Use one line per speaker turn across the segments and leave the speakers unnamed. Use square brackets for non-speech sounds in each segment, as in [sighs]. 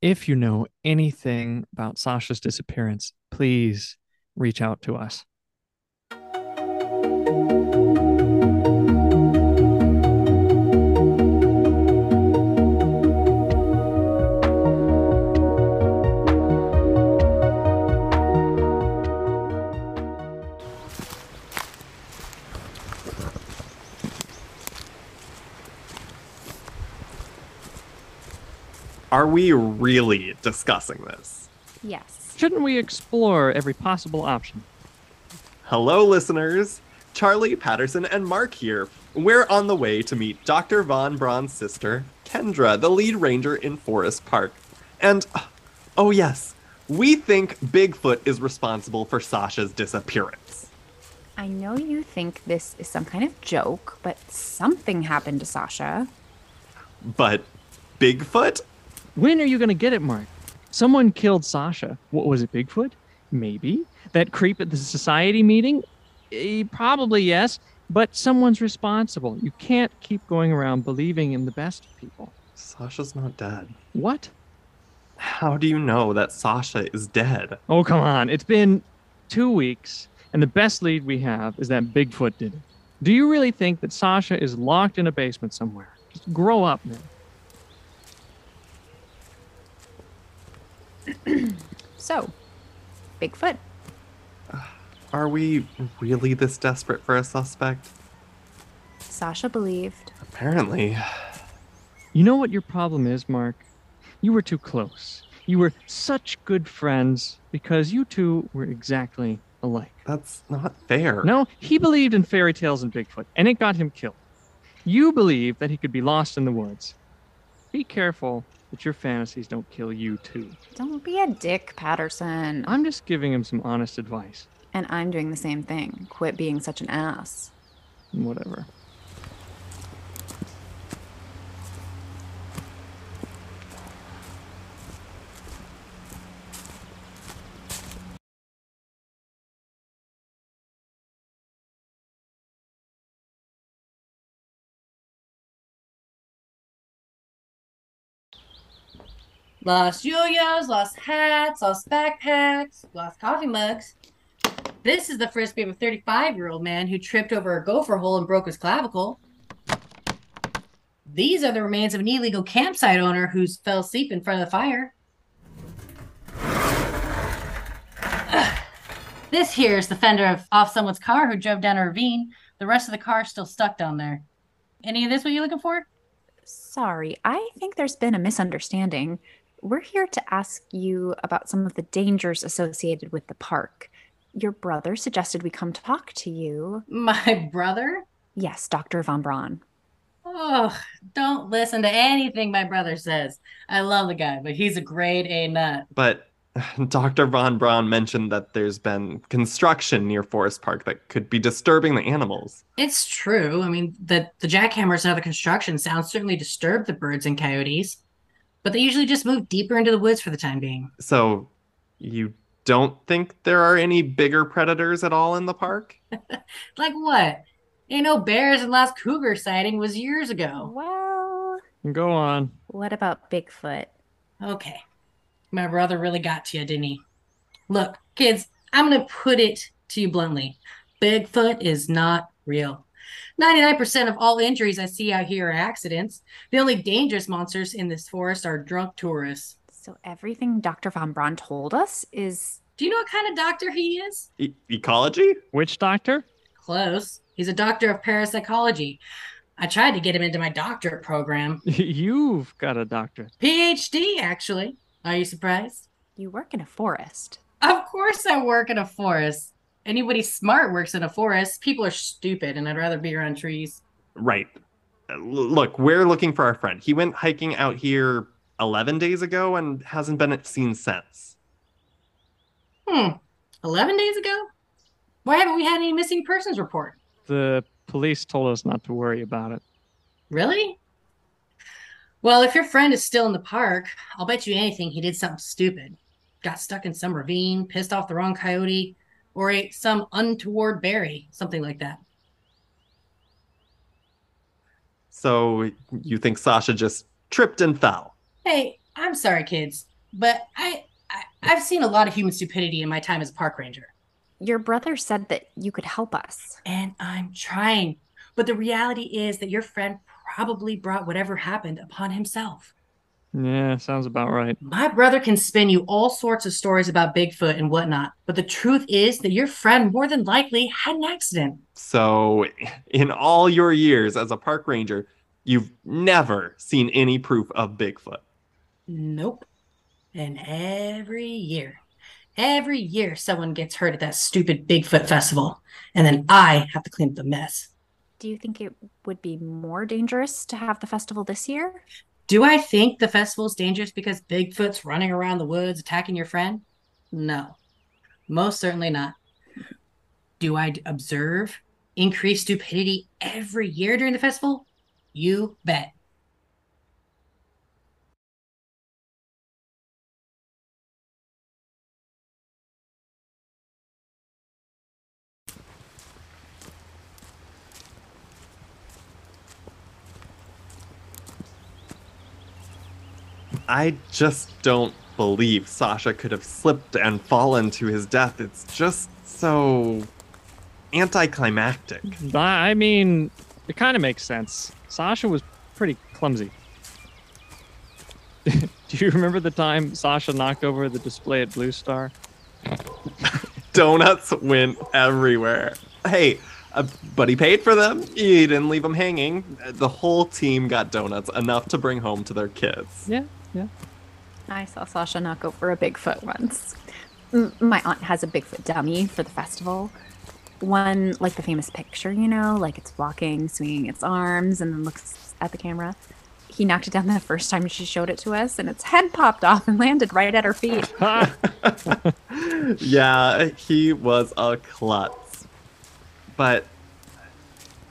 if you know anything about Sasha's disappearance, please reach out to us.
Are we really discussing this?
Yes.
Shouldn't we explore every possible option?
Hello, listeners. Charlie, Patterson, and Mark here. We're on the way to meet Dr. Von Braun's sister, Kendra, the lead ranger in Forest Park. And, oh yes, we think Bigfoot is responsible for Sasha's disappearance.
I know you think this is some kind of joke, but something happened to Sasha.
But Bigfoot?
When are you going to get it, Mark? Someone killed Sasha. What was it, Bigfoot? Maybe. That creep at the society meeting? Eh, Probably yes, but someone's responsible. You can't keep going around believing in the best of people.
Sasha's not dead.
What?
How do you know that Sasha is dead?
Oh, come on. It's been two weeks, and the best lead we have is that Bigfoot did it. Do you really think that Sasha is locked in a basement somewhere? Just grow up, man.
So, Bigfoot,
Are we really this desperate for a suspect?
Sasha believed.
Apparently.
You know what your problem is, Mark? You were too close. You were such good friends because you two were exactly alike.
That's not fair.
No, he believed in fairy tales and Bigfoot, and it got him killed. You believe that he could be lost in the woods. Be careful that your fantasies don't kill you too.
Don't be a dick, Patterson.
I'm just giving him some honest advice.
And I'm doing the same thing. Quit being such an ass.
Whatever.
Lost yo-yos, lost hats, lost backpacks, lost coffee mugs. This is the frisbee of a 35-year-old man who tripped over a gopher hole and broke his clavicle. These are the remains of an illegal campsite owner who fell asleep in front of the fire. [sighs] Ugh. This here is the fender of, off someone's car who drove down a ravine. The rest of the car still stuck down there. Any of this what you looking for? [laughs]
Sorry, I think there's been a misunderstanding. We're here to ask you about some of the dangers associated with the park. Your brother suggested we come talk to you.
My brother?
Yes, Dr. Von Braun.
Oh, don't listen to anything my brother says. I love the guy, but he's a grade A nut.
But [sighs] Dr. Von Braun mentioned that there's been construction near Forest Park that could be disturbing the animals.
It's true. I mean, the, the jackhammers and other construction sounds certainly disturb the birds and coyotes, but they usually just move deeper into the woods for the time being.
So, you don't think there are any bigger predators at all in the park?
Like what? Ain't no bears and last cougar sighting was years ago.
Well,
Go on.
what about Bigfoot?
Okay. My brother really got to you, didn't he? Look, kids, I'm going to put it to you bluntly Bigfoot is not real. 99% of all injuries I see out here are accidents. The only dangerous monsters in this forest are drunk tourists.
So, everything Dr. Von Braun told us is
Do you know what kind of doctor he is?
E- ecology?
Which doctor? [laughs]
Close. He's a doctor of parapsychology. I tried to get him into my doctorate program.
You've got a doctorate.
PhD, actually. Are you surprised?
you work in a forest.
Of course, I work in a forest. Anybody smart works in a forest. People are stupid, and I'd rather be around trees.
Right. Uh, l- Look, we're looking for our friend. He went hiking out here 11 days ago and hasn't been seen since.
Hmm. 11 days ago? Why haven't we had any missing persons report?
The police told us not to worry about it.
Really? Well, if your friend is still in the park, I'll bet you anything he did something stupid. Got stuck in some ravine, pissed off the wrong coyote, or ate some untoward berry, something like that.
So, you think Sasha just tripped and fell?
Hey, I'm sorry, kids, but I, I I've seen a lot of human stupidity in my time as a park ranger.
Your brother said that you could help us.
and I'm trying. But the reality is that your friend probably brought whatever happened upon himself.
Yeah, sounds about right.
My brother can spin you all sorts of stories about Bigfoot and whatnot, but the truth is that your friend more than likely had an accident.
So, in all your years as a park ranger, you've never seen any proof of Bigfoot.
Nope. And every year, every year, someone gets hurt at that stupid Bigfoot festival, and then I have to clean up the mess.
Do you think it would be more dangerous to have the festival this year?
Do I think the festival's dangerous because Bigfoot's running around the woods attacking your friend? No, most certainly not. Do I d- observe increased stupidity every year during the festival? You bet.
I just don't believe Sasha could have slipped and fallen to his death. It's just so anticlimactic.
I I mean, it kind of makes sense. Sasha was pretty clumsy. [laughs] Do you remember the time Sasha knocked over the display at Blue Star?
Donuts went everywhere. Hey, uh, but he paid for them. He didn't leave them hanging. Uh, The whole team got donuts, enough to bring home to their kids.
Yeah, yeah.
I saw Sasha knock over a Bigfoot once. M- My aunt has a Bigfoot dummy for the festival. One, like the famous picture, you know, like it's walking, swinging its arms, and then looks at the camera. He knocked it down the first time she showed it to us, and its head popped off and landed right at her feet.
Ha!
Yeah, he was a klutz. But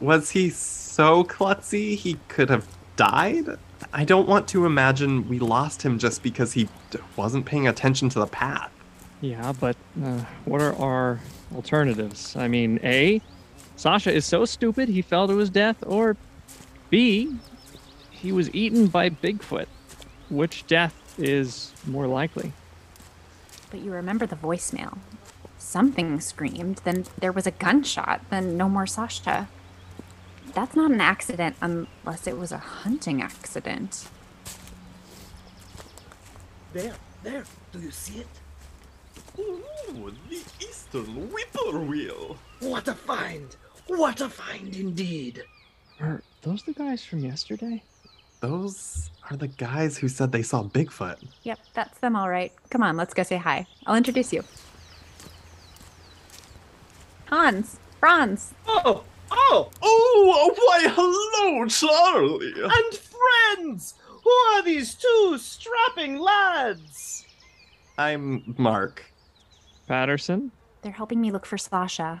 was he so klutzy he could have died? I don't want to imagine we lost him just because he d- wasn't paying attention to the path.
yeah, but uh, what are our alternatives? I mean, A, Sasha is so stupid he fell to his death, or B, he was eaten by Bigfoot. Which death is more likely?
But you remember the voicemail. Something screamed, then there was a gunshot, then no more Sasha. That's not an accident unless it was a hunting accident.
There, there. Do you see it?
Ooh, the Eastern Whippoorwill.
What a find! What a find indeed!
Are those the guys from yesterday?
Those are the guys who said they saw Bigfoot.
Yep, that's them all right. Come on, let's go say hi. I'll introduce you. Hans, Franz,
Oh, oh,
Oh, why hello, Charlie.
and friends! Who are these two strapping lads?
I'm Mark.
Patterson?
they're helping me look for Sasha.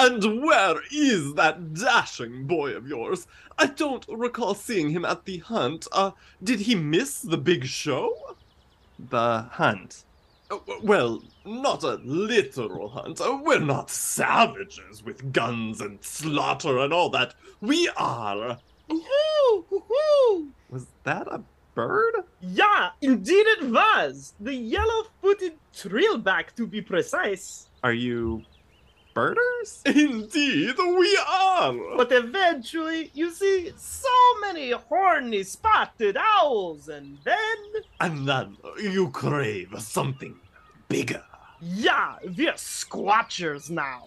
And where is that dashing boy of yours? I don't recall seeing him at the hunt. Uh, did he miss the big show? The hunt? Well, not a literal hunt. Uh, We're not savages with guns and slaughter and all that. We are.
Woohoo! Woohoo!
Was that a bird?
Yeah, indeed it was! The yellow footed trillback, to be precise.
Are you birders? [laughs] Indeed, we are.
But eventually, you see so many horny spotted owls, and then,
And then you crave something bigger.
yeah, we're
[laughs]
squatchers now.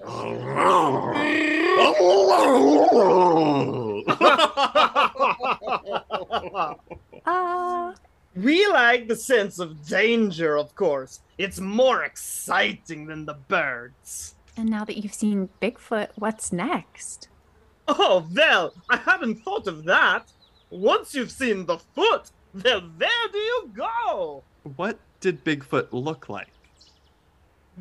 Ah,
we like the sense of danger, of course. It's more exciting than the birds.
and now that you've seen Bigfoot, what's next?
Oh, well, I haven't thought of that. Once you've seen the foot, well, where do you go?
what did Bigfoot look like?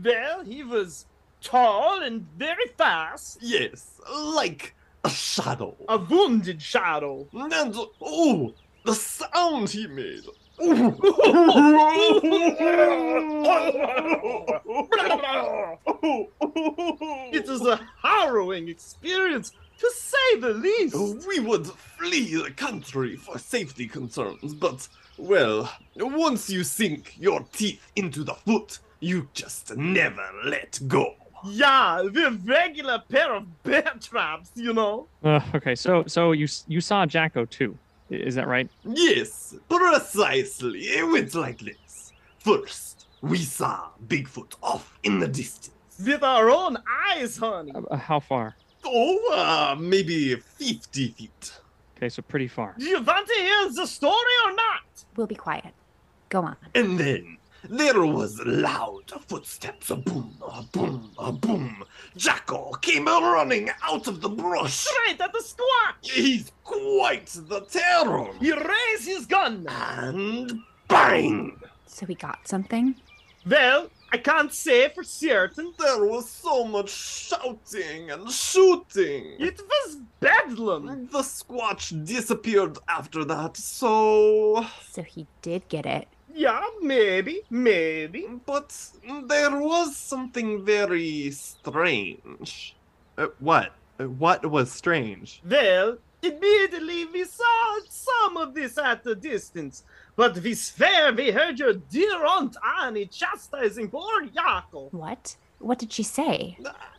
Well, he was tall and very fast,
Yes, like a shadow.
a wounded shadow. [laughs]
And oh, the sound he [laughs] made.
It is a harrowing experience to say the least.
We would flee the country for safety concerns, but, well, once you sink your teeth into the foot, you just never let go.
Yeah, we're regular pair of bear traps, you know.
Uh, okay, so so you s- you saw Jacko too, I- is that right?
Yes, precisely. It went like this. First, we saw Bigfoot off in the distance.
With our own eyes, honey.
Uh, how far?
Oh, uh, maybe 50 feet.
Okay, so pretty far.
Do you want to hear the story or not?
We'll be quiet. Go on.
And then there was loud footsteps, a boom, a boom, a boom. Jackal came running out of the brush.
Straight at the squawk.
He's quite the terror.
He raised his gun.
And bang!
So we got something?
Well, I can't say for certain.
There was so much shouting and shooting.
It was bedlam.
The Squatch disappeared after that, so.
So he did get it.
Yeah, maybe, maybe.
But there was something very strange.
Uh, what? Uh, What was strange?
Well, immediately we saw some of this at a distance, but we swear we heard your dear Aunt Annie chastising poor Jaco.
What? What did she say?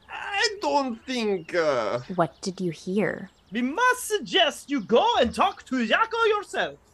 I don't think. Uh...
What did you hear?
We must suggest you go and talk to Jaco yourself.